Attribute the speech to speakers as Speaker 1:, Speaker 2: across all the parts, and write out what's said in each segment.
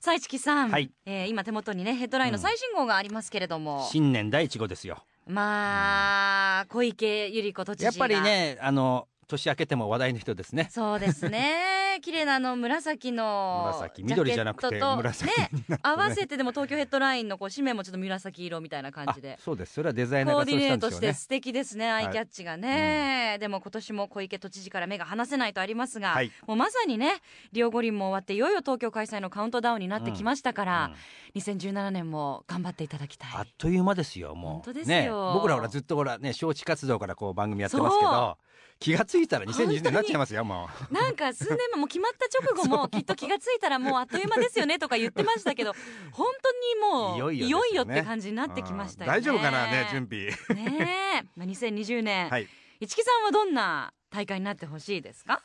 Speaker 1: さあ市木さん、
Speaker 2: はい
Speaker 1: えー今手元にねヘッドラインの最新号がありますけれども、
Speaker 2: 新年第一号ですよ
Speaker 1: まあ小池百合子都知事が
Speaker 2: やっぱりねあの年明けても話題の人ですね
Speaker 1: そうです ね綺麗なあの紫の
Speaker 2: 紫緑じゃなくて
Speaker 1: ジャケットと
Speaker 2: 紫
Speaker 1: ね合わせてでも東京ヘッドラインのこう紙面もちょっと紫色みたいな感
Speaker 2: あ
Speaker 1: じで
Speaker 2: そうですそれはデザイナー
Speaker 1: コー
Speaker 2: が
Speaker 1: デ
Speaker 2: そ
Speaker 1: ィ
Speaker 2: うし
Speaker 1: ネ
Speaker 2: た
Speaker 1: ー
Speaker 2: んで
Speaker 1: ト
Speaker 2: しょ
Speaker 1: し
Speaker 2: う
Speaker 1: て
Speaker 2: ね
Speaker 1: 素敵ですね、アイキャッチがね、でも今年も小池都知事から目が離せないとありますが、
Speaker 2: はい
Speaker 1: もうまさにねリオ五輪も終わっていよいよ東京開催のカウントダウンになってきましたから、2017年も頑張っていただきた
Speaker 2: あっ
Speaker 1: い
Speaker 2: という間ですよもう
Speaker 1: 本当ですよ
Speaker 2: ね僕らほらずっとほらね招致活動からこう番組やってますけ
Speaker 1: そ
Speaker 2: ど気がついたら
Speaker 1: 本当
Speaker 2: 2020
Speaker 1: に
Speaker 2: 年になっちゃいますよもう
Speaker 1: なんか数年前もう決まった直後もきっと気がついたらもうあっという間ですよねとか言ってまし たけど本当にもう
Speaker 2: いよいよですよ
Speaker 1: よ
Speaker 2: ね
Speaker 1: って感じになってきましたよね
Speaker 2: うん大丈夫かなね準備
Speaker 1: ねえ、まあ、2020年、
Speaker 2: はい
Speaker 1: 市木さんはどんな大会になってほしいですか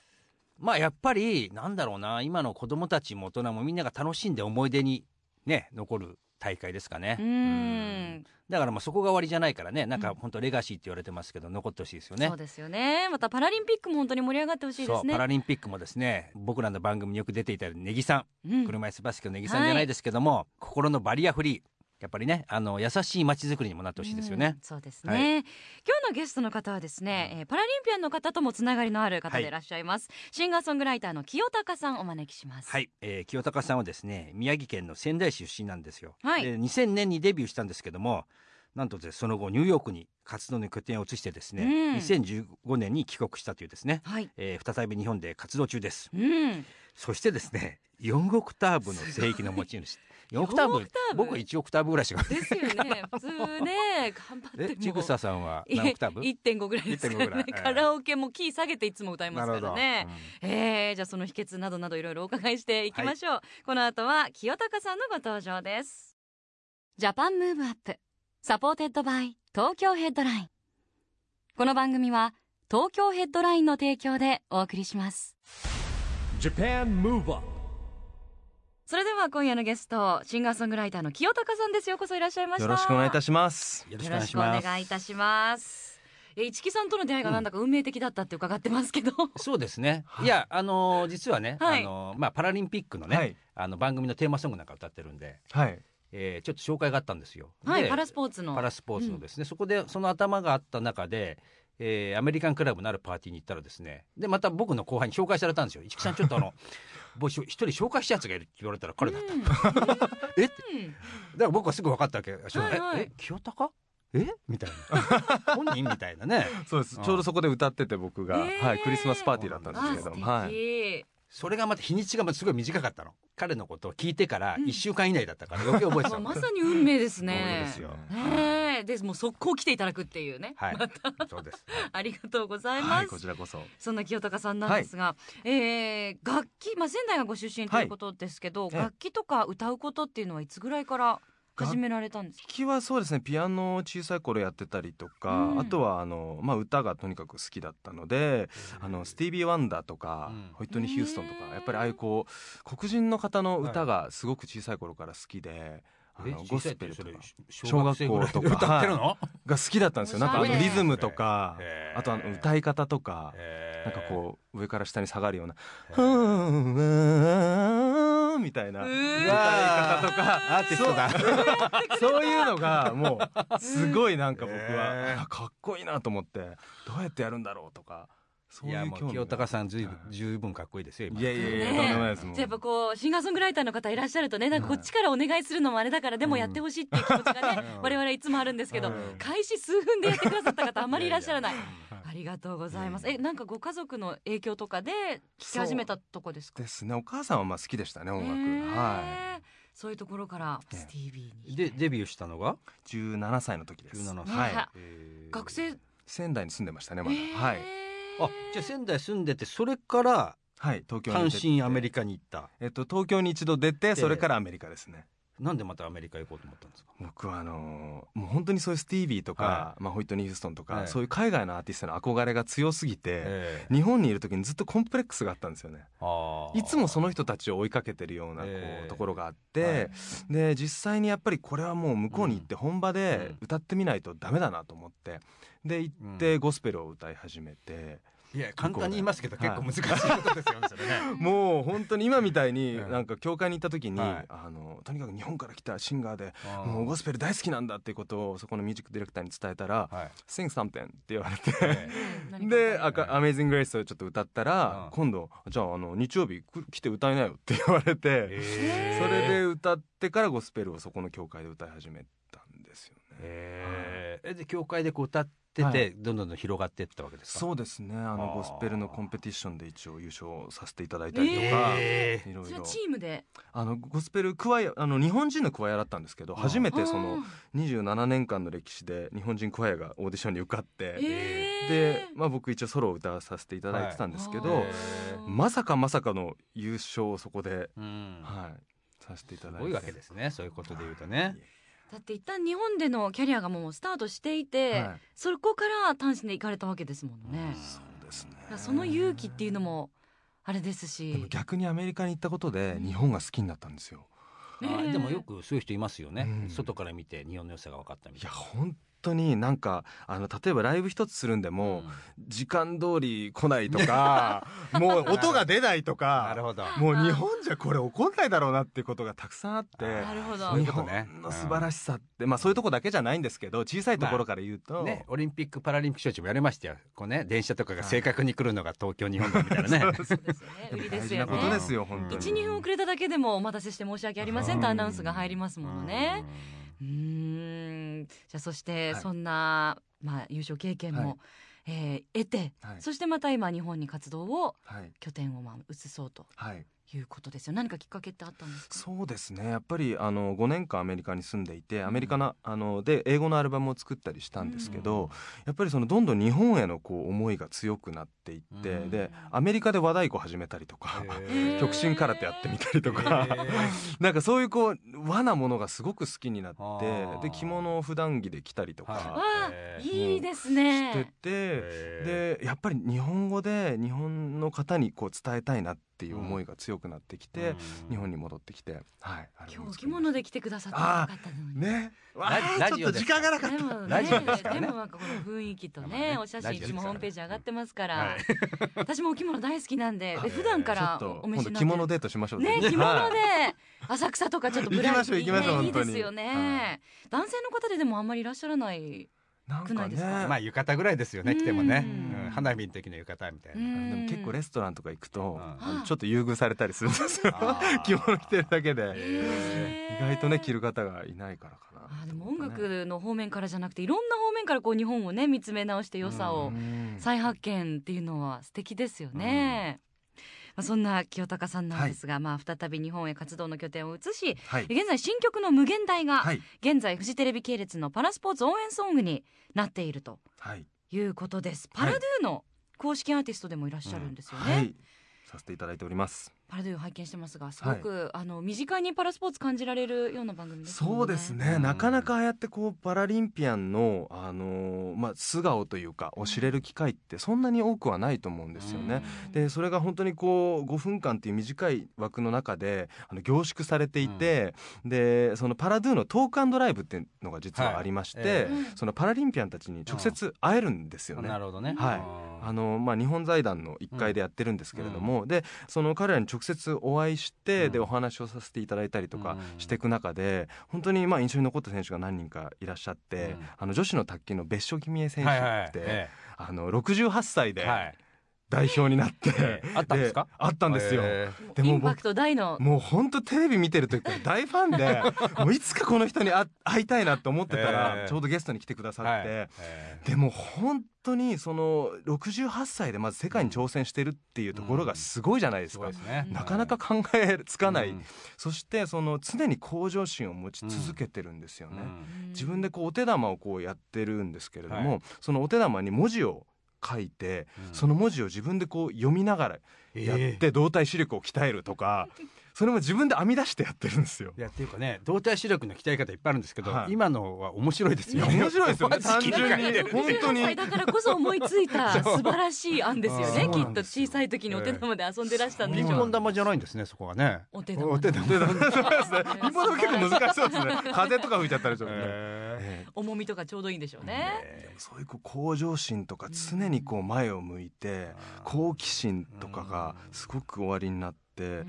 Speaker 2: まあやっぱりなんだろうな今の子供たちも大人もみんなが楽しんで思い出にね残る大会ですかね
Speaker 1: う
Speaker 2: うん
Speaker 1: ん
Speaker 2: だからまあそこが終わりじゃないからねなん
Speaker 1: う
Speaker 2: か
Speaker 1: ん
Speaker 2: 本当レガシーって言われてますけど残ってほしいですよね
Speaker 1: そうですよねまたパラリンピックも本当に盛り上がってほしいで
Speaker 2: そ
Speaker 1: す
Speaker 2: う
Speaker 1: ね
Speaker 2: パラリンピックもですね僕らの番組によく出ていたネギさん
Speaker 1: うん
Speaker 2: 車椅子バスケのネギさんじゃないですけども、心のバリアフリーやっぱりねあの優しい街づくりにもなってほしいですよね
Speaker 1: うん、そうですね、
Speaker 2: はい
Speaker 1: 今日のゲストの方はですね、えーパラリンピアンの方ともつながりのある方でいらっしゃいます、シンガーソングライターの清高さんお招きします
Speaker 2: はい、えー清高さんはですね宮城県の仙台市出身なんですよ、
Speaker 1: はい
Speaker 2: で2000年にデビューしたんですけどもなんとですねその後ニューヨークに活動の拠点を移してですね、
Speaker 1: うん
Speaker 2: 2015年に帰国したというですね、
Speaker 1: はい
Speaker 2: えー再び日本で活動中です
Speaker 1: うん
Speaker 2: そしてですね4オクターブの聖域の持ち 主4オクター
Speaker 1: 4オ
Speaker 2: ブ
Speaker 1: クターブ
Speaker 2: 僕は1オクターブぐら いしか
Speaker 1: ですよ ね普通ね頑張って
Speaker 2: え
Speaker 1: も
Speaker 2: ちぐささんはい何オクターブ
Speaker 1: 1.5ぐらいですから
Speaker 2: 1.5ぐら
Speaker 1: ね
Speaker 2: いええ
Speaker 1: カラオケもキー下げていつも歌いますから
Speaker 2: な
Speaker 1: ね
Speaker 2: るほどうん
Speaker 1: えー、じゃあその秘訣などなどいろいろお伺いしていきましょう、この後は清高さんのご登場ですジャパンムーブアップサポーテッドバイ東京ヘッドラインこの番組は東京ヘッドラインの提供でお送りします
Speaker 3: JAPAN MOVE UP
Speaker 1: それでは今夜のゲストシンガーソングライターの清高さんですようこそいらっしゃいました
Speaker 4: よろしくお願いいた
Speaker 1: し
Speaker 4: します。
Speaker 2: よ
Speaker 1: ま
Speaker 2: ろしくお願いします
Speaker 1: お願いいたしますえ市木さんとの出会いがなんだか運命的だったって伺ってますけど、
Speaker 2: そうですね。いや、あのー実はね、
Speaker 1: はい
Speaker 2: あのーまあ、パラリンピックのね、
Speaker 4: はい
Speaker 2: あの、番組のテーマソングなんか歌ってるんで、
Speaker 4: はい。
Speaker 2: えーちょっと紹介があったんですよ。
Speaker 1: はい
Speaker 2: で
Speaker 1: パラスポーツの
Speaker 2: パラスポーツのですね、そこで、その頭があった中で、えーアメリカンクラブのあるパーティーに行ったらですね、で、また僕の後輩に紹介されたんですよ。市木さん、ちょっ とあの、僕一人紹介したやつがいるって言われたら彼だった。だえって
Speaker 1: うんうん
Speaker 2: から僕はすぐ分かったわけ。
Speaker 1: はいはい
Speaker 2: え、え、清高えみたいな。 本人みたいなね。
Speaker 4: そうです。
Speaker 2: うん
Speaker 4: ちょうどそこで歌ってて僕が、
Speaker 1: えー
Speaker 4: はいクリスマスパーティーだったんですけ
Speaker 1: あ
Speaker 4: れ
Speaker 1: 素
Speaker 4: ど
Speaker 1: 敵、
Speaker 4: も、はい。
Speaker 2: それがまた日にちがまたすごい短かったの彼のことを聞いてから
Speaker 1: うん
Speaker 2: 1週間以内だったから余計覚えて
Speaker 1: まあ
Speaker 2: たの
Speaker 1: まさに運命です
Speaker 2: そう
Speaker 1: ね
Speaker 2: ですよ
Speaker 1: ねえでもう速攻来ていただくっていうね、
Speaker 2: はいそうです
Speaker 1: ありがとうございま
Speaker 4: はい
Speaker 1: す、
Speaker 4: こちらこそ。
Speaker 1: そんな清高さんなんですが、えー楽器、まあ、仙台がご出身ということですけど、
Speaker 4: ええ
Speaker 1: 楽器とか歌うことっていうのはいつぐらいから始められたんですか
Speaker 4: 楽器はそうですねピアノを小さい頃やってたりとか、
Speaker 1: うん
Speaker 4: あとはあの、まあ、歌がとにかく好きだったのであのスティービー・ワンダーとか、
Speaker 2: うん
Speaker 4: ホイットニー・ヒューストンと
Speaker 1: へー
Speaker 4: かやっぱりああいうこう黒人の方の歌がすごく小さい頃から好きで、あのゴスペルとか
Speaker 2: 小学校とか 歌ってるの
Speaker 4: が好きだったんですよなんかあ
Speaker 1: おしゃ
Speaker 4: の
Speaker 1: れ
Speaker 4: リズムとか
Speaker 2: へー
Speaker 4: あとあの歌い方とか。
Speaker 2: な
Speaker 4: なんかこう上から下に下がるような「
Speaker 2: ー
Speaker 4: ふーんふーんみたいな
Speaker 1: う
Speaker 4: 歌い
Speaker 1: ーん
Speaker 4: 方と
Speaker 2: アーティストだ
Speaker 4: かそういうのがもうすごいなんか僕
Speaker 2: へ
Speaker 4: は
Speaker 2: ー
Speaker 4: あかっこいいなと思ってどうやってやるんだろうとかそう
Speaker 2: い
Speaker 4: い
Speaker 2: や
Speaker 4: う
Speaker 2: もう
Speaker 4: 興味
Speaker 2: 清
Speaker 4: が
Speaker 2: 高さんずいぶん十分かっこいいですよ今
Speaker 4: いやいやいや
Speaker 1: ね
Speaker 4: とんでもないですもん
Speaker 1: じゃあやっぱこうシンガーソングライターの方いらっしゃるとねなんかこっちからお願いするのもあれだからでもやってほしいっていう気持ちが ね
Speaker 2: うん
Speaker 1: 我々いつもあるんですけど
Speaker 4: うん
Speaker 1: 開始数分でやってくださった方あまりいらっしゃらない
Speaker 4: や
Speaker 1: ありがとうございますえなんかご家族の影響とかで聴き始めたとこですか
Speaker 4: ですねお母さんはまあ好きでしたね音楽
Speaker 1: へー
Speaker 4: は
Speaker 1: そういうところから
Speaker 4: ええ
Speaker 1: スティービーに
Speaker 2: でデビューしたのが
Speaker 4: い17歳の時です
Speaker 2: 17歳
Speaker 4: はい
Speaker 1: ね
Speaker 2: へー
Speaker 1: 学生
Speaker 4: 仙台に住んでましたねまだ
Speaker 1: えー
Speaker 4: はい
Speaker 2: あじゃあ仙台住んでてそれから
Speaker 4: はい東京に
Speaker 2: 単
Speaker 4: 出て
Speaker 2: 身アメリカに行った
Speaker 4: えっと東京に一度出てそれからアメリカですね
Speaker 2: なんでまたアメリカ行こうと思ったんですか
Speaker 4: 僕はあのーもう本当にそういうスティービーとか、
Speaker 2: は
Speaker 4: まあ、ホイットニー・ヒューストンとか、
Speaker 2: はい
Speaker 4: そういう海外のアーティストへの憧れが強すぎて、
Speaker 2: え
Speaker 4: 日本にいる時にずっとコンプレックスがあったんですよね
Speaker 2: あー
Speaker 4: いつもその人たちを追いかけてるようなこう、
Speaker 2: ええ
Speaker 4: ところがあっ
Speaker 2: はい
Speaker 4: て、で実際にやっぱりこれはもう向こうに行って本場
Speaker 2: う
Speaker 4: で
Speaker 2: ん
Speaker 4: 歌ってみないとダメだなと思ってで行ってゴスペルを歌い始めて、
Speaker 2: いや簡単に言いますけど結構難しいことですよねそれね
Speaker 4: もう本当に今みたいに
Speaker 2: うん
Speaker 4: なんか教会に行った時に、
Speaker 2: はい
Speaker 4: あのとにかく日本から来たシンガーで
Speaker 2: あー
Speaker 4: もうゴスペル大好きなんだっていうことをそこのミュージックディレクターに伝えたら
Speaker 2: はい
Speaker 4: 「Sing something」って言われて。
Speaker 2: え
Speaker 4: で「
Speaker 1: あ
Speaker 4: アカアメイジング・グレイス」をちょっと歌ったら、
Speaker 2: うん
Speaker 4: 今度「じゃああの日曜日く来て歌いなよ」って言われて、
Speaker 2: え
Speaker 4: それで歌ってからゴスペルをそこの教会で歌い始めたんですよね。
Speaker 2: えーえで教会でこう歌ってて、
Speaker 4: はい
Speaker 2: どんどんどん広がっていったわけですか
Speaker 4: そうですねあの
Speaker 2: あー
Speaker 4: ゴスペルのコンペティションで一応優勝させていただいたりとか、
Speaker 2: え
Speaker 4: いろ
Speaker 1: そ
Speaker 4: い
Speaker 1: れ
Speaker 4: ろ
Speaker 1: はチームで
Speaker 4: あのゴスペルクワイアあの日本人のクワイアだったんですけど
Speaker 2: うん
Speaker 4: 初めてそ
Speaker 1: あ
Speaker 4: の27年間の歴史で日本人クワイアがオーディションに受かっ
Speaker 1: ー
Speaker 4: て
Speaker 1: へ
Speaker 4: で
Speaker 1: ー、
Speaker 4: まあ、僕一応ソロを歌わさせていただいてたんですけど、
Speaker 2: はい
Speaker 1: あー
Speaker 4: まさかまさかの優勝をそこで、
Speaker 2: うん
Speaker 4: はい、させていただ
Speaker 2: す
Speaker 4: いて
Speaker 2: ごいわけですねそういうことで言うとね、
Speaker 1: だって一旦日本でのキャリアがもうスタートしていて、
Speaker 4: はい
Speaker 1: そこから単身で行かれたわけですもんね、
Speaker 2: うん
Speaker 4: そうですね
Speaker 1: だからその勇気っていうのもあれです
Speaker 4: でも
Speaker 1: し、
Speaker 4: 逆にアメリカに行ったことで日本が好きになったんですよ
Speaker 2: あー
Speaker 1: ねえ
Speaker 2: でもよくそういう人いますよね、
Speaker 4: うん
Speaker 2: 外から見て日本の良さが分かったみ
Speaker 4: い
Speaker 2: た
Speaker 4: や
Speaker 2: いな。
Speaker 4: 本当になんかあの例えばライブ一つするんでも、
Speaker 2: うん
Speaker 4: 時間通り来ないと かもう音が出ないと
Speaker 2: な
Speaker 4: か
Speaker 2: るほど。
Speaker 4: もう日本じゃこれ怒んないだろうなっていうことがたくさんあって
Speaker 2: あ
Speaker 1: なるほど
Speaker 2: そういう
Speaker 4: 日
Speaker 2: ことね
Speaker 4: 本の素晴らしさって、まあそういうとこだけじゃないんですけど小さいところから言うと、
Speaker 2: ね、オリンピック・パラリンピック招致もやりましたよ、こうね、電車とかが正確に来るのが東京、日本だみたいなね、
Speaker 1: そうですよね売りですよ
Speaker 4: 大事なことで
Speaker 1: ね
Speaker 4: すよ本当に
Speaker 1: 一二分遅れただけでもお待たせして申し訳ありませんと
Speaker 4: うん
Speaker 1: アナウンスが入りますものね。うーんじゃあそして
Speaker 4: はい
Speaker 1: そんな、まあ優勝経験も、
Speaker 4: はい
Speaker 1: えー得て、
Speaker 4: はい
Speaker 1: そしてまた今日本に活動を
Speaker 4: はい
Speaker 1: 拠点をまあ移そうと
Speaker 4: はい
Speaker 1: いうことですよ。何かきっかけってあったんですか。
Speaker 4: そうですねやっぱりあの5年間アメリカに住んでいてアメリカの,、あので英語のアルバムを作ったりしたんですけど、やっぱりそのどんどん日本へのこう思いが強くなっていって、
Speaker 2: うん
Speaker 4: でアメリカで和太鼓始めたりとか、
Speaker 1: へー
Speaker 4: 極真空手やってみたりとか、 なんかそういうこう和なものがすごく好きになっ
Speaker 2: あ
Speaker 4: て
Speaker 2: ー
Speaker 4: で着物を普段着で着たりと
Speaker 2: は
Speaker 4: か
Speaker 1: わあ、
Speaker 2: えー
Speaker 1: いいです
Speaker 4: して
Speaker 1: ね。
Speaker 4: て、 でやっぱり日本語で日本の方にこう伝えたいなっていう思いが強くなってきて、日本
Speaker 2: に
Speaker 4: に戻ってきて、はい、アルバムを
Speaker 1: 今日
Speaker 4: 作りま
Speaker 1: お着
Speaker 4: した
Speaker 1: 物で来てくださったらよかったのに。
Speaker 4: ねわあ
Speaker 2: ラ
Speaker 4: ちょっ
Speaker 2: ジオ
Speaker 4: と
Speaker 2: です
Speaker 4: 時間がなかっ
Speaker 1: で
Speaker 4: た
Speaker 1: も
Speaker 2: ラ
Speaker 1: ね、
Speaker 2: ジオですから
Speaker 1: で
Speaker 2: ね
Speaker 1: もなんかこの雰囲気と
Speaker 2: まあ
Speaker 1: ね
Speaker 2: ね、
Speaker 1: お写真
Speaker 2: ラジオで
Speaker 1: うち
Speaker 2: すから
Speaker 1: もホームページ上がってますから、
Speaker 2: はい
Speaker 1: 私もお着物大好きなんで、
Speaker 4: あ
Speaker 1: え普段から
Speaker 4: ちょっと
Speaker 1: お
Speaker 4: 今度
Speaker 1: 召しになっ
Speaker 4: 着
Speaker 1: てる
Speaker 4: 物デートしましょう
Speaker 1: ね着
Speaker 4: は
Speaker 1: 物
Speaker 4: い
Speaker 1: で浅草とかちょっとブラ
Speaker 4: 行きましょう行きましょう
Speaker 1: ねいいで
Speaker 4: 本当
Speaker 1: す
Speaker 4: に
Speaker 1: よね、男性の方ででもあんまりいらっしゃらない
Speaker 4: なん
Speaker 1: くな
Speaker 4: か
Speaker 1: い
Speaker 4: ね
Speaker 1: ですか
Speaker 2: まあ、浴衣ぐらいですよね、来てもね、
Speaker 1: うん
Speaker 2: うん花火の時の浴衣みたいな。
Speaker 4: でも結構レ
Speaker 1: ス
Speaker 4: ストランとか行くと
Speaker 2: うん
Speaker 4: あのちょっと優遇されたりするんですよ
Speaker 2: あー
Speaker 4: 着物着てるだけで意
Speaker 1: 意
Speaker 4: 外とね着る方がいないからかな
Speaker 1: あでも音楽の方面からじゃなくていろんな方面からこう日本をね見つめ直して良さ
Speaker 4: う
Speaker 1: を
Speaker 4: ん
Speaker 1: 再発見っていうのは素敵ですよね、まあ、そんな清高さんなんですが、まあ再び日本へ活動の拠点を移し
Speaker 4: はい
Speaker 1: 現在新曲の「無限大」が
Speaker 4: はい
Speaker 1: 現在フジテレビ系列のパラスポーツ応援ソングになっていると
Speaker 4: はい
Speaker 1: いうことです。
Speaker 4: は
Speaker 1: パ
Speaker 4: い
Speaker 1: ラドゥの公式アーティストでもいらっしゃるんですよね。
Speaker 4: はいさせていただいております
Speaker 1: パラドゥ拝見してますが、すごく、あの身近にパラスポーツ感じられるような番組です、ね。
Speaker 4: そうです。
Speaker 2: う
Speaker 4: ね
Speaker 2: ん
Speaker 4: なかなかああやってこうパラリンピアンのあのーまあ素顔というかを知れる機会ってそんなに多くはないと思うんですよねでそれが本当にこう5分間っていう短い枠の中であの凝縮されていて、でそのパラドゥのトークアンドライブっていうのが実はありまして、
Speaker 2: はいえ
Speaker 1: え
Speaker 4: そのパラリンピアンたちに直接会えるんですよね。
Speaker 2: なるほどね。
Speaker 4: はい
Speaker 2: あ
Speaker 4: あのまあ、日本財団の1階でやってるんですけれども、でその彼らに直接お会いして、
Speaker 2: うん
Speaker 4: でお話をさせていただいたりと
Speaker 2: う
Speaker 4: か
Speaker 2: ん
Speaker 4: していく中で本当にまあ印象に残った選手が何人かいらっしゃって、
Speaker 2: うん
Speaker 4: あの女子の卓球の別所君江選手
Speaker 2: はいはい
Speaker 4: っ
Speaker 2: はい
Speaker 4: て、
Speaker 2: え
Speaker 4: あの68歳
Speaker 2: え
Speaker 4: で
Speaker 2: はい
Speaker 4: 代表になって、
Speaker 2: ええあったんですか
Speaker 4: あったんですよ、
Speaker 2: え
Speaker 1: も
Speaker 4: で
Speaker 1: う
Speaker 4: も
Speaker 1: イ
Speaker 4: 僕
Speaker 1: ンパクト大の。
Speaker 4: もう本当テレビ見てる時から大ファン でもういつかこの人に会会いたいなと思ってたら、
Speaker 2: ええ
Speaker 4: ちょうどゲストに来てくださ
Speaker 2: え
Speaker 4: っ
Speaker 2: はい
Speaker 4: て、
Speaker 2: え
Speaker 4: でも本当にその68歳でまず世界に挑戦してるっていうところがすごいじゃない
Speaker 2: え
Speaker 4: ですす
Speaker 2: ご
Speaker 4: か、
Speaker 2: いですね。
Speaker 4: なかなか考えつかない、
Speaker 2: うん
Speaker 4: そしてその常に向上心を持ち続けてるんですよね、自分でこうお手玉をこうやってるんですけれども、
Speaker 2: は
Speaker 4: そのお手玉に文字を書いて、
Speaker 2: うん
Speaker 4: その文字を自分でこう読みながらやって動体視力を鍛えるとか、それも自分で編み出してやってるんですよ
Speaker 2: い。やっていうかね動体視力の鍛え方いっぱいあるんですけど、
Speaker 4: はい
Speaker 2: 今のは面白いです
Speaker 4: いや
Speaker 2: よ
Speaker 4: 面白いですよね
Speaker 2: マジ
Speaker 4: 単
Speaker 2: 切
Speaker 4: 純
Speaker 2: り替えて
Speaker 4: に
Speaker 2: る
Speaker 4: 本当に
Speaker 1: 14歳だからこそ思いつ いた素晴らしい案ですよね
Speaker 2: そう
Speaker 1: き
Speaker 2: な
Speaker 1: っ
Speaker 2: ん
Speaker 1: と
Speaker 2: です
Speaker 1: 小
Speaker 2: よ
Speaker 1: さい時にお手玉で遊んでらしたんで
Speaker 2: ピ
Speaker 1: し
Speaker 2: ン
Speaker 1: ょ
Speaker 2: ポ
Speaker 1: う
Speaker 2: ン玉じゃないんですねそこはね
Speaker 1: お手玉
Speaker 2: お手玉
Speaker 4: でそうですね。ピンポン玉結構難しそうです ね。風とか吹いちゃったりとかね。
Speaker 2: え
Speaker 4: ええ
Speaker 1: 重みとかちょうどいいんでしょうね
Speaker 4: でもそういうこう向上心とか常にこう前を向いて好奇心とかがすごく終わりになって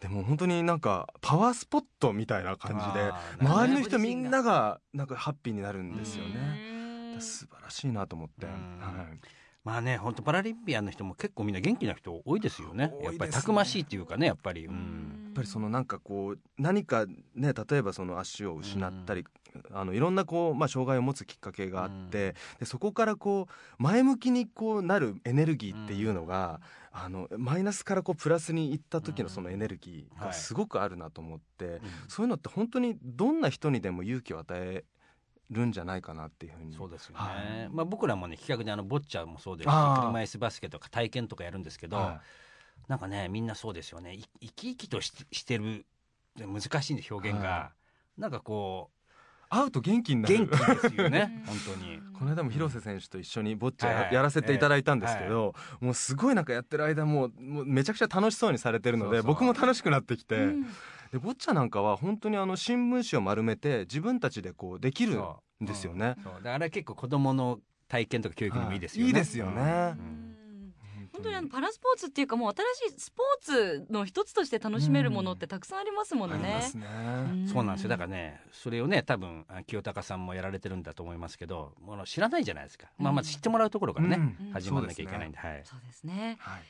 Speaker 4: でも本当になんかパワースポットみたいな感じで
Speaker 2: あー
Speaker 1: まあ
Speaker 4: 周りの人みんながなんかハッピーになるんですよね
Speaker 1: うん
Speaker 4: だ素晴らしいなと思って
Speaker 2: うん
Speaker 4: はい
Speaker 2: まあね本当パラリンピアンの人も結構みんな元気な人多いですよね
Speaker 4: 多いですね
Speaker 2: やっぱりたくましいっていうかねやっぱり、う、
Speaker 1: うん
Speaker 4: やっぱりそのなんかこう何かね例えばその足を失ったり、あのいろんなこう、まあ、障害を持つきっかけがあって、でそこからこう前向きにこうなるエネルギーっていうのが、あのマイナスからこうプラスにいった時のそのエネルギー
Speaker 2: は
Speaker 4: が
Speaker 2: い
Speaker 4: すごくあるなと思って、そういうのって本当にどんな人にでも勇気を与えるんじゃないかなっていうふうに
Speaker 2: そうですよね、
Speaker 4: はい
Speaker 2: まあ、僕らもね企画であのボッチャもそうですし
Speaker 4: あー
Speaker 2: 車椅子バスケとか体験とかやるんですけど、
Speaker 4: は
Speaker 2: なんかねみんなそうですよねい生き生きとししてる難しいんで表現が、
Speaker 4: は
Speaker 2: なんかこ
Speaker 4: い会うと元気に
Speaker 2: う
Speaker 4: なる
Speaker 2: 元気です よね本当に。
Speaker 4: この間も広瀬選手と一緒にボッチャや,、
Speaker 2: はい
Speaker 4: やらせていただいたんですけど、もうすごいなんかやってる間もうもうめちゃくちゃ楽しそうにされてるので
Speaker 2: そうそう
Speaker 4: 僕も楽しくなってきて、
Speaker 1: うん
Speaker 4: でボッチャなんかは本当にあの新聞紙を丸めて自分たちでこうできるん
Speaker 2: そ
Speaker 4: ですよね。
Speaker 2: そうだからあれ結構子供の体験とか教育にもいいですよね。
Speaker 4: はいいいですよね
Speaker 1: うん本当にあのパラスポーツっていうかもう新しいスポーツの一つとして楽しめるものってたくさんありますも
Speaker 4: あ
Speaker 1: の
Speaker 4: り
Speaker 1: ね
Speaker 4: ま。すね。
Speaker 2: うんそうなんですよだかららねそれをね多分あ清高さんもやられてるんだと思いますけどもう知らないじゃないですか、まあ、まず知ってもらうところからね、
Speaker 4: うん
Speaker 2: 始まんなきゃいけないんではい。
Speaker 1: そうですね。
Speaker 4: はい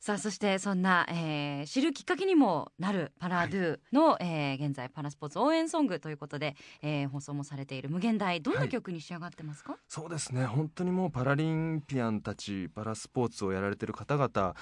Speaker 1: さあそしてそんな、えー知るきっかけにもなるパラドゥの、えー現在パラスポーツ応援ソングということで、えー放送もされている無限大どん
Speaker 4: は
Speaker 1: ない曲に仕上がってますか？
Speaker 4: そうですね本当にもうパラリンピアンたちパラスポーツをやられてる方々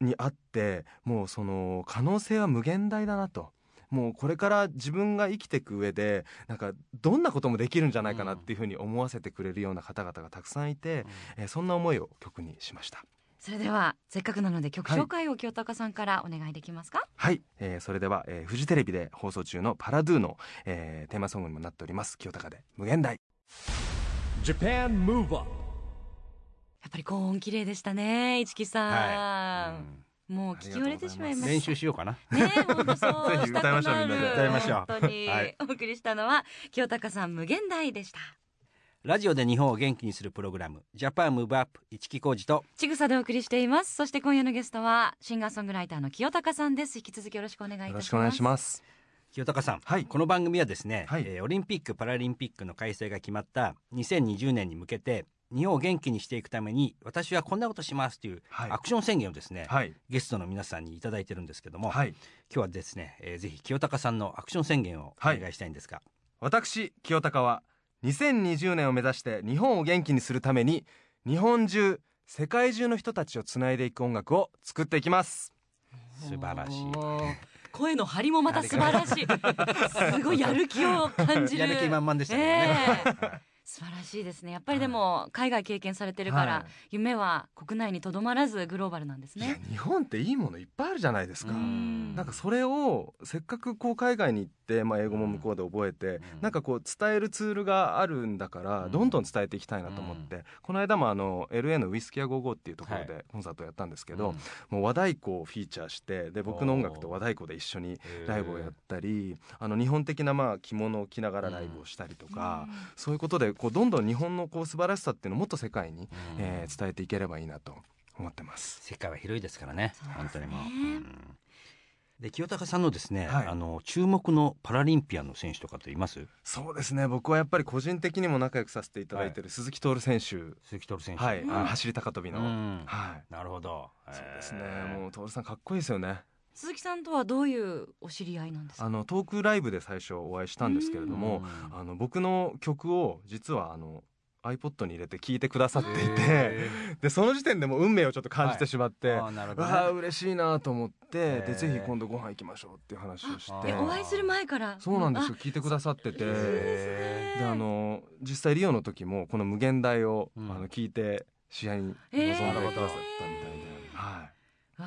Speaker 4: にあってもうその可能性は無限大だなと。もうこれから自分が生きていく上でなんかどんなこともできるんじゃないかなっていうふうに思わせてくれるような方々がたくさんいて、えーそんな思いを曲にしました
Speaker 1: それではせっかくなので曲
Speaker 4: はい
Speaker 1: 紹介を清高さんからお願いできますか？
Speaker 4: はい、えーそれでは、えーフジテレビで放送中の「パラドゥの、えーテーマソングにもなっております清高で「無限大」
Speaker 3: Japan Move Up
Speaker 1: やっぱり高音綺麗でしたね一木さ
Speaker 2: はい
Speaker 1: ん、もう聞き惚れてしまいました
Speaker 2: 練習しようかな。
Speaker 1: ねえ、本当そう
Speaker 4: ぜひ歌いましょうみんなで
Speaker 2: 歌いましょう
Speaker 1: 本当に、
Speaker 2: はい
Speaker 1: お送りしたのは清高さん無限大でした。
Speaker 2: ラジオで日本を元気にするプログラムジャパンムーブアップ一木工事と
Speaker 1: ちぐさでお送りしています。そして今夜のゲストはシンガーソングライターの清高さんです。引き続きよろしくお願いいたします。
Speaker 4: よろしくお願いします
Speaker 2: 清高さん、
Speaker 4: はい
Speaker 2: この番組はですね、
Speaker 4: はい
Speaker 2: えーオリンピック・パラリンピックの開催が決まった2020年に向けて日本を元気にしていくために私はこんなことしますという
Speaker 4: はい
Speaker 2: アクション宣言をですね、
Speaker 4: はい
Speaker 2: ゲストの皆さんにいただいてるんですけども、
Speaker 4: はい
Speaker 2: 今日はですね、えーぜひ清高さんのアクション宣言をお願いしたいんですが、
Speaker 4: 私清高は2020年を目指して日本を元気にするために日本中世界中の人たちをつないでいく音楽を作っていきます
Speaker 2: 素晴らしい。
Speaker 1: おー。声の張りもまた素晴らしい。すごいやる気を感じる。
Speaker 2: やる気満々でしたもんね。
Speaker 1: ええ 素晴らしいですね。やっぱりでも海外経験されてるから、
Speaker 4: は
Speaker 1: 夢は国内にとどまらずグローバルなんです
Speaker 4: いや
Speaker 1: ね。
Speaker 4: 日本っていいものいっぱいあるじゃないですか、
Speaker 1: うん
Speaker 4: なんかそれをせっかくこう海外に行って、まあ、英語も向こうで覚えて、
Speaker 2: うん
Speaker 4: なんかこう伝えるツールがあるんだから
Speaker 2: うん
Speaker 4: どんどん伝えていきたいなと思って、この間もあの LA のウィスキア55っていうところ
Speaker 2: は
Speaker 4: でコンサートをやったんですけ
Speaker 2: う
Speaker 4: ど
Speaker 2: ん、
Speaker 4: もう和太鼓をフィーチャーしてで僕の音楽と和太鼓で一緒に
Speaker 2: へー
Speaker 4: ライブをやったりあの日本的なまあ着物を着ながらライブをしたりとか、そういうことでこうどんどん日本のこう素晴らしさっていうのをもっと世界に、
Speaker 2: うん
Speaker 4: えー伝えていければいいなと思ってます。
Speaker 2: 世界は広いですからね
Speaker 1: そうですね
Speaker 2: 本当にもう、うんで清高さんのですね、
Speaker 4: はい
Speaker 2: あの注目のパラリンピアンの選手とかっています
Speaker 4: そうですね僕はやっぱり個人的にも仲良くさせていただいてる鈴木徹選手、
Speaker 2: 鈴木徹選手
Speaker 4: はいあ
Speaker 2: う
Speaker 4: の
Speaker 2: ん
Speaker 4: 走り高跳びの、
Speaker 2: うん
Speaker 4: はい
Speaker 2: なるほど
Speaker 4: そうですね
Speaker 2: えー
Speaker 4: もう徹さんかっこいいですよね
Speaker 1: 鈴木さんとはどういうお知り合いなんですか
Speaker 4: あ。のトークライブで最初お会いしたんですけれども、
Speaker 2: うん
Speaker 4: あの僕の曲を実はあの iPod に入れて聴いてくださっていて
Speaker 2: へ
Speaker 4: でその時点でもう運命をちょっと感じてしまって、
Speaker 2: ーあーなるほどね
Speaker 4: わあ嬉しいなと思って
Speaker 2: へ
Speaker 4: で
Speaker 2: ー
Speaker 4: ぜひ今度ご飯行きましょうっていう話をし
Speaker 2: あ
Speaker 1: い
Speaker 4: て
Speaker 1: やお会いする前から。
Speaker 4: そうなんです
Speaker 1: あ
Speaker 4: よ聞いてくださってて
Speaker 1: いいですね
Speaker 4: であの実際リオの時もこの「無限大を」
Speaker 2: うん
Speaker 4: あの聞いて試合に臨んでくださったみたいで、
Speaker 1: へー
Speaker 4: はい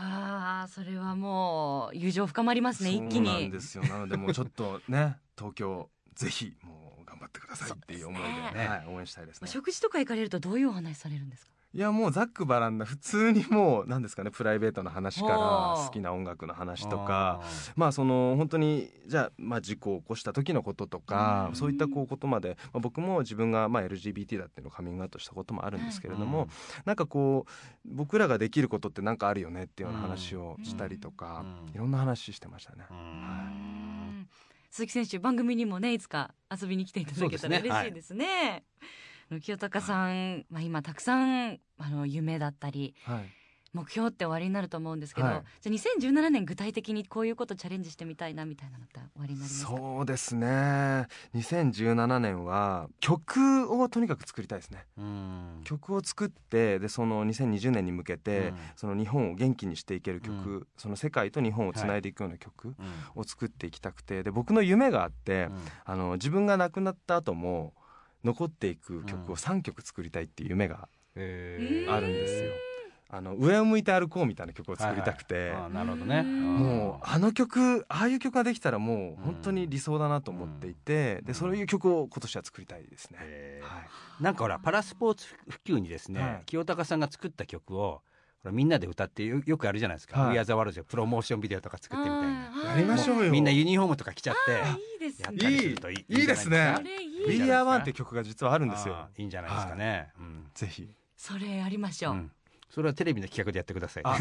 Speaker 1: ああそれはもう友情深まりますね一気に
Speaker 4: そうなんですよなのでもうちょっとね 東京ぜひもう頑張ってくださいっていう思いで
Speaker 1: そうです
Speaker 2: ね
Speaker 4: はい、応援したいですね
Speaker 1: 食事とか行かれるとどういうお話されるんですか
Speaker 4: いやもうざっくばらんな普通にもう何ですかねプライベートの話か
Speaker 1: おー
Speaker 4: ら好きな音楽の話とかまあその本当にじゃあ,、まあ事故を起こした時のこととか
Speaker 2: うん
Speaker 4: そういったこうことまで、まあ、僕も自分がまあ LGBT だっていうのをカミングアウトしたこともあるんですけれども、なんかこう僕らができることってなんかあるよねっていうような話をしたりとか、
Speaker 2: うん
Speaker 4: いろんな話してましたね。
Speaker 2: うん
Speaker 1: 鈴木選手番組にもねいつか遊びに来ていただけたら
Speaker 2: そうですね
Speaker 1: 嬉しいですねあの清高さん、まあ、今たくさんあの夢だったり
Speaker 4: はい
Speaker 1: 目標って終わりになると思うんですけど、
Speaker 4: はい
Speaker 1: じゃあ2017年具体的にこういうことチャレンジしてみたいなみたいなのって終わりになりますか
Speaker 4: そうですね2017年は曲をとにかく作りたいですね
Speaker 2: うん
Speaker 4: 曲を作ってでその2020年に向けて、
Speaker 2: うん
Speaker 4: その日本を元気にしていける曲、
Speaker 2: うん
Speaker 4: その世界と日本をつないでいくような曲
Speaker 2: うん
Speaker 4: を作っていきたくてで僕の夢があって、
Speaker 2: うん
Speaker 4: あの自分が亡くなった後も残っていく曲
Speaker 2: うん
Speaker 4: を3曲作りたいっていう夢が
Speaker 2: えー
Speaker 4: あるんですよ。あの上を向いて歩こうみたいな曲を作りたくて、
Speaker 2: はいはいあーなるほどね
Speaker 1: うん
Speaker 4: もうあの曲ああいう曲ができたらもう本当に理想だなと思っていて、
Speaker 2: ん
Speaker 4: でそういう曲を今年は作りたいですね。
Speaker 2: えー
Speaker 4: はい
Speaker 2: なんかほらパラスポーツ普及にですね、
Speaker 4: はい
Speaker 2: 清高さんが作った曲をほらみんなで歌ってよよくあるじゃないですか
Speaker 4: はい
Speaker 2: 「We Are the World」でプロモーションビデオとか作ってみたいな
Speaker 1: あー
Speaker 4: やりましょうよ
Speaker 2: みんなユニフォームとか着ちゃって
Speaker 1: あーいいです
Speaker 2: やっ
Speaker 1: ね
Speaker 2: たりするといい
Speaker 4: いい
Speaker 2: んじゃな
Speaker 1: そ
Speaker 4: い
Speaker 2: か
Speaker 4: いで
Speaker 1: れい
Speaker 4: 「
Speaker 1: い
Speaker 2: いい
Speaker 4: We
Speaker 2: じゃ
Speaker 4: Are
Speaker 2: ない
Speaker 4: One って
Speaker 2: で」すか
Speaker 4: 曲が実はあるんですよ
Speaker 2: あ。ーいいんじゃないですかね、うん
Speaker 4: ぜひ
Speaker 1: それやりましょう、
Speaker 2: うんそれはテレビの企画でやってください
Speaker 4: あ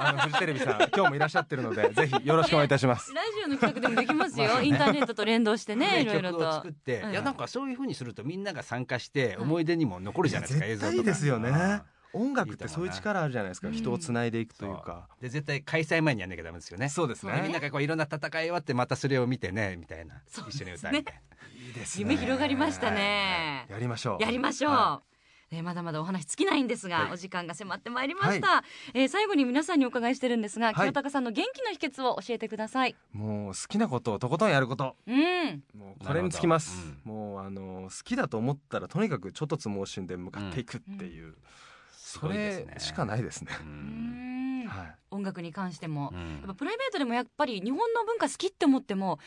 Speaker 4: あのフジテレビ さん今日もいらっしゃってるのでぜひよろしくお願いいたします。
Speaker 1: ラジオの企画でもできますよ、
Speaker 2: まあね
Speaker 1: インターネットと連動してね
Speaker 2: ね
Speaker 1: いろいろ
Speaker 2: 曲を
Speaker 1: と
Speaker 2: 作って、
Speaker 1: うん
Speaker 2: いやなんかそういうふうにするとみんなが参加して思い出にも残るじゃないですか、映
Speaker 4: 絶
Speaker 2: 像と
Speaker 4: 対
Speaker 2: か
Speaker 4: いいですよね
Speaker 2: うん。
Speaker 4: 音楽ってそういう力あるじゃないですか。
Speaker 1: うん
Speaker 4: 人をつないでいくというか。
Speaker 2: で絶対開催前にやんなきゃダメですよね
Speaker 4: そうです
Speaker 1: そう
Speaker 2: みん
Speaker 4: ね。
Speaker 2: ながこういろんな戦い終わってまたそれを見てねみたいな、
Speaker 1: そうです
Speaker 2: 一緒
Speaker 1: ね
Speaker 2: に歌うみたい
Speaker 4: いいですね
Speaker 1: 夢広がりましたね、
Speaker 4: やりましょう。
Speaker 1: やりましょう、
Speaker 4: は
Speaker 1: ねまだまだお話尽きないんですが、
Speaker 4: はい
Speaker 1: お時間が迫ってまいりました、えー最後に皆さんにお伺いしてるんですが、
Speaker 4: い
Speaker 1: 清高さんの元気の秘訣を教えてください
Speaker 4: いもう好きなことをとことんやること。
Speaker 1: うん
Speaker 4: もうこれにつきます
Speaker 2: なる。
Speaker 4: もうあの好きだと思ったらとにかくちょっとつ盲信で向かっていくっていう、
Speaker 2: す
Speaker 4: そ
Speaker 2: ごいです
Speaker 4: れ
Speaker 2: ね
Speaker 4: しかないですね。
Speaker 2: う
Speaker 1: うんん
Speaker 4: はい。
Speaker 1: 音楽に関しても、
Speaker 2: うん
Speaker 1: やっぱプライベートでもやっぱり日本の文化好きって思っても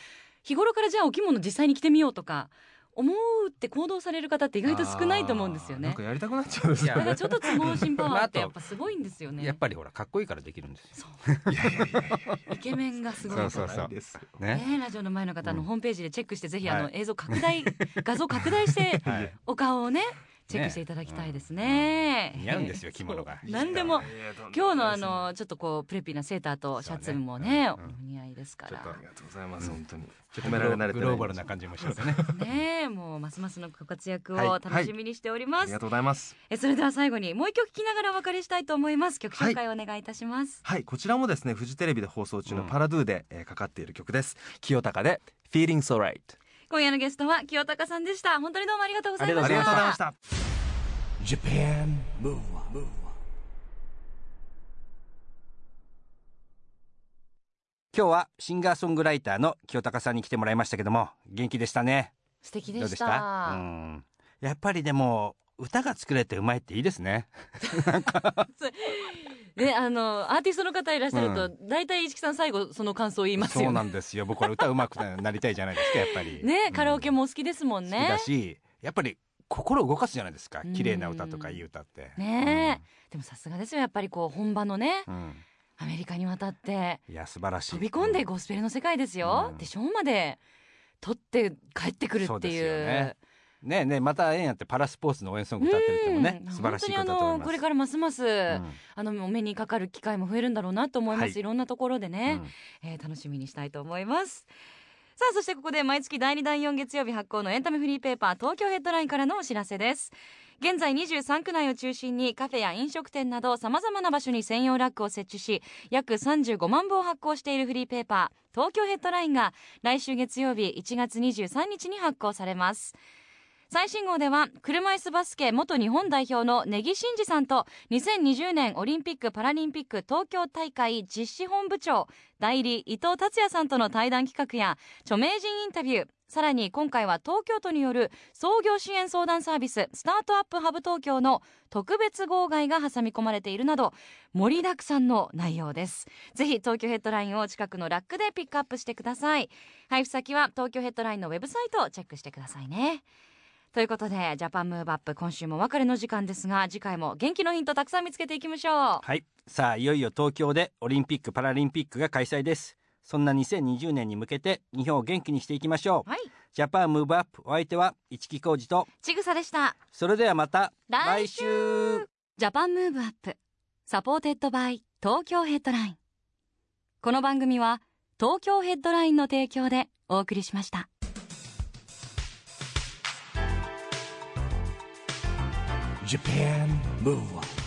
Speaker 1: 日頃からじゃあお着物実際に着てみようとか思うって行動される方って意外と少ないと思うんですよ
Speaker 4: なん
Speaker 1: ね
Speaker 4: かやりたくなっちゃうんですよ
Speaker 1: だか
Speaker 4: ね
Speaker 1: ら。ちょっと都合心パワーってやっぱすごいんですよね
Speaker 2: やっぱりほらかっこいいからできるんですよ
Speaker 4: いやいやいやいや
Speaker 1: イケメンがすごい
Speaker 2: そうそうそう
Speaker 4: ないですよ
Speaker 2: ね
Speaker 1: ねえラジオの前の方あの
Speaker 2: うん
Speaker 1: ホームページでチェックして、ぜひ
Speaker 4: はい
Speaker 1: あの映像 拡大画像拡大して
Speaker 2: はい
Speaker 1: お顔をねチェックしていただきたいですね。
Speaker 2: うん似合うんですよ着物 が
Speaker 1: そう何でも
Speaker 4: いやいや
Speaker 1: 今日のあのちょっとこうプレピなセーターとシャツもね
Speaker 2: そうね
Speaker 1: お似合いですか
Speaker 2: ちょ
Speaker 1: ら
Speaker 2: っ
Speaker 4: ありがとうございます、
Speaker 2: うん
Speaker 4: 本当に
Speaker 2: ちょっ
Speaker 4: 褒
Speaker 2: と
Speaker 4: め
Speaker 2: グ
Speaker 4: ら
Speaker 2: ロ
Speaker 4: れ慣れてない
Speaker 2: ーグローバルな感じもしますね
Speaker 1: ねえもうますますのご活躍
Speaker 4: はいは
Speaker 1: を
Speaker 4: い
Speaker 1: 楽しみにしており
Speaker 4: あ
Speaker 1: ま
Speaker 4: り
Speaker 1: す
Speaker 4: が。とうございます
Speaker 1: えそれでは最後にもう一曲聴きながらお別れしたいと思います。曲紹介お願いいたします。
Speaker 4: はいこちらもですねフジテレビで放送中の
Speaker 2: うん
Speaker 4: パラドゥで、えーかかっている曲です清高で Feeling So Right
Speaker 1: 今夜のゲストは清高さんでした。本当にどうもありがとうございま
Speaker 4: あ
Speaker 1: した。
Speaker 4: りがとうございました。
Speaker 3: Japan Move Up
Speaker 2: 今日はシンガーソングライターの清高さんに来てもらいましたけども元気でしたね
Speaker 1: 素敵で
Speaker 2: どう
Speaker 1: し
Speaker 2: でした
Speaker 1: た。
Speaker 2: うんやっぱりでも歌が作れてうまいっていいですね
Speaker 1: で、あの、アーティストの方いらっしゃると、大体、市木さん最後、その感想を言います
Speaker 2: そ
Speaker 1: よ
Speaker 2: うな
Speaker 1: ね。
Speaker 2: んですよ僕は歌うまくなりたいじゃないですかやっぱり
Speaker 1: ね、カラオケ
Speaker 2: も
Speaker 1: もお好きですもん
Speaker 2: 好き
Speaker 1: ね
Speaker 2: だ。しやっぱり心動かすじゃないですか
Speaker 1: うん
Speaker 2: 綺麗な歌とかいい歌って
Speaker 1: ねでもさすがですよ、やっぱりこう、本場のね、
Speaker 2: うんうん
Speaker 1: アメリカに渡って、
Speaker 2: いや素晴らしい
Speaker 1: 飛び込んでゴスペルの世界ですよ。
Speaker 2: うん
Speaker 1: で、ショーまで、取って帰ってくる
Speaker 2: そう
Speaker 1: って
Speaker 2: です
Speaker 1: い
Speaker 2: よ
Speaker 1: う
Speaker 2: ね。ねえねえまた縁やってパラスポーツの応援ソング歌ってる人もね
Speaker 1: うん
Speaker 2: 素晴らしいことだと
Speaker 1: 本当
Speaker 2: 思い
Speaker 1: にあ
Speaker 2: ます
Speaker 1: のこれからますます、
Speaker 2: うん
Speaker 1: あのお目にかかる機会も増えるんだろうなと思います、
Speaker 2: はい
Speaker 1: い、ろんなところでね、えー楽しみにしたいと思いますさあそしてここで毎月第2第4月曜日発行のエンタメフリーペーパー東京ヘッドラインからのお知らせです現在23区内を中心にカフェや飲食店などさまざまな場所に専用ラックを設置し約35万部を発行しているフリーペーパー東京ヘッドラインが来週月曜日1月23日に発行されます最新号では車椅子バスケ元日本代表の根木真嗣さんと2020年オリンピック・パラリンピック東京大会実施本部長代理伊藤達也さんとの対談企画や著名人インタビューさらに今回は東京都による創業支援相談サービススタートアップハブ東京の特別号外が挟み込まれているなど盛りだくさんの内容ですぜひ東京ヘッドラインを近くのラックでピックアップしてください配布先は東京ヘッドラインのウェブサイトをチェックしてくださいねということでジャパンムーブアップ今週もお別れの時間ですが次回も元気のヒントたくさん見つけていきましょう
Speaker 2: はいさあいよいよ東京でオリンピック・パラリンピックが開催ですそんな2020年に向けて日本を元気にしていきましょう
Speaker 1: はい
Speaker 2: ジャパンムーブアップお相手は市木浩二と
Speaker 1: ちぐさでした
Speaker 2: それではまた
Speaker 1: 来週
Speaker 2: 来週
Speaker 1: ジャパンムーブアップサポーテッドバイ東京ヘッドラインこの番組は東京ヘッドラインの提供でお送りしました
Speaker 3: Japan Move Up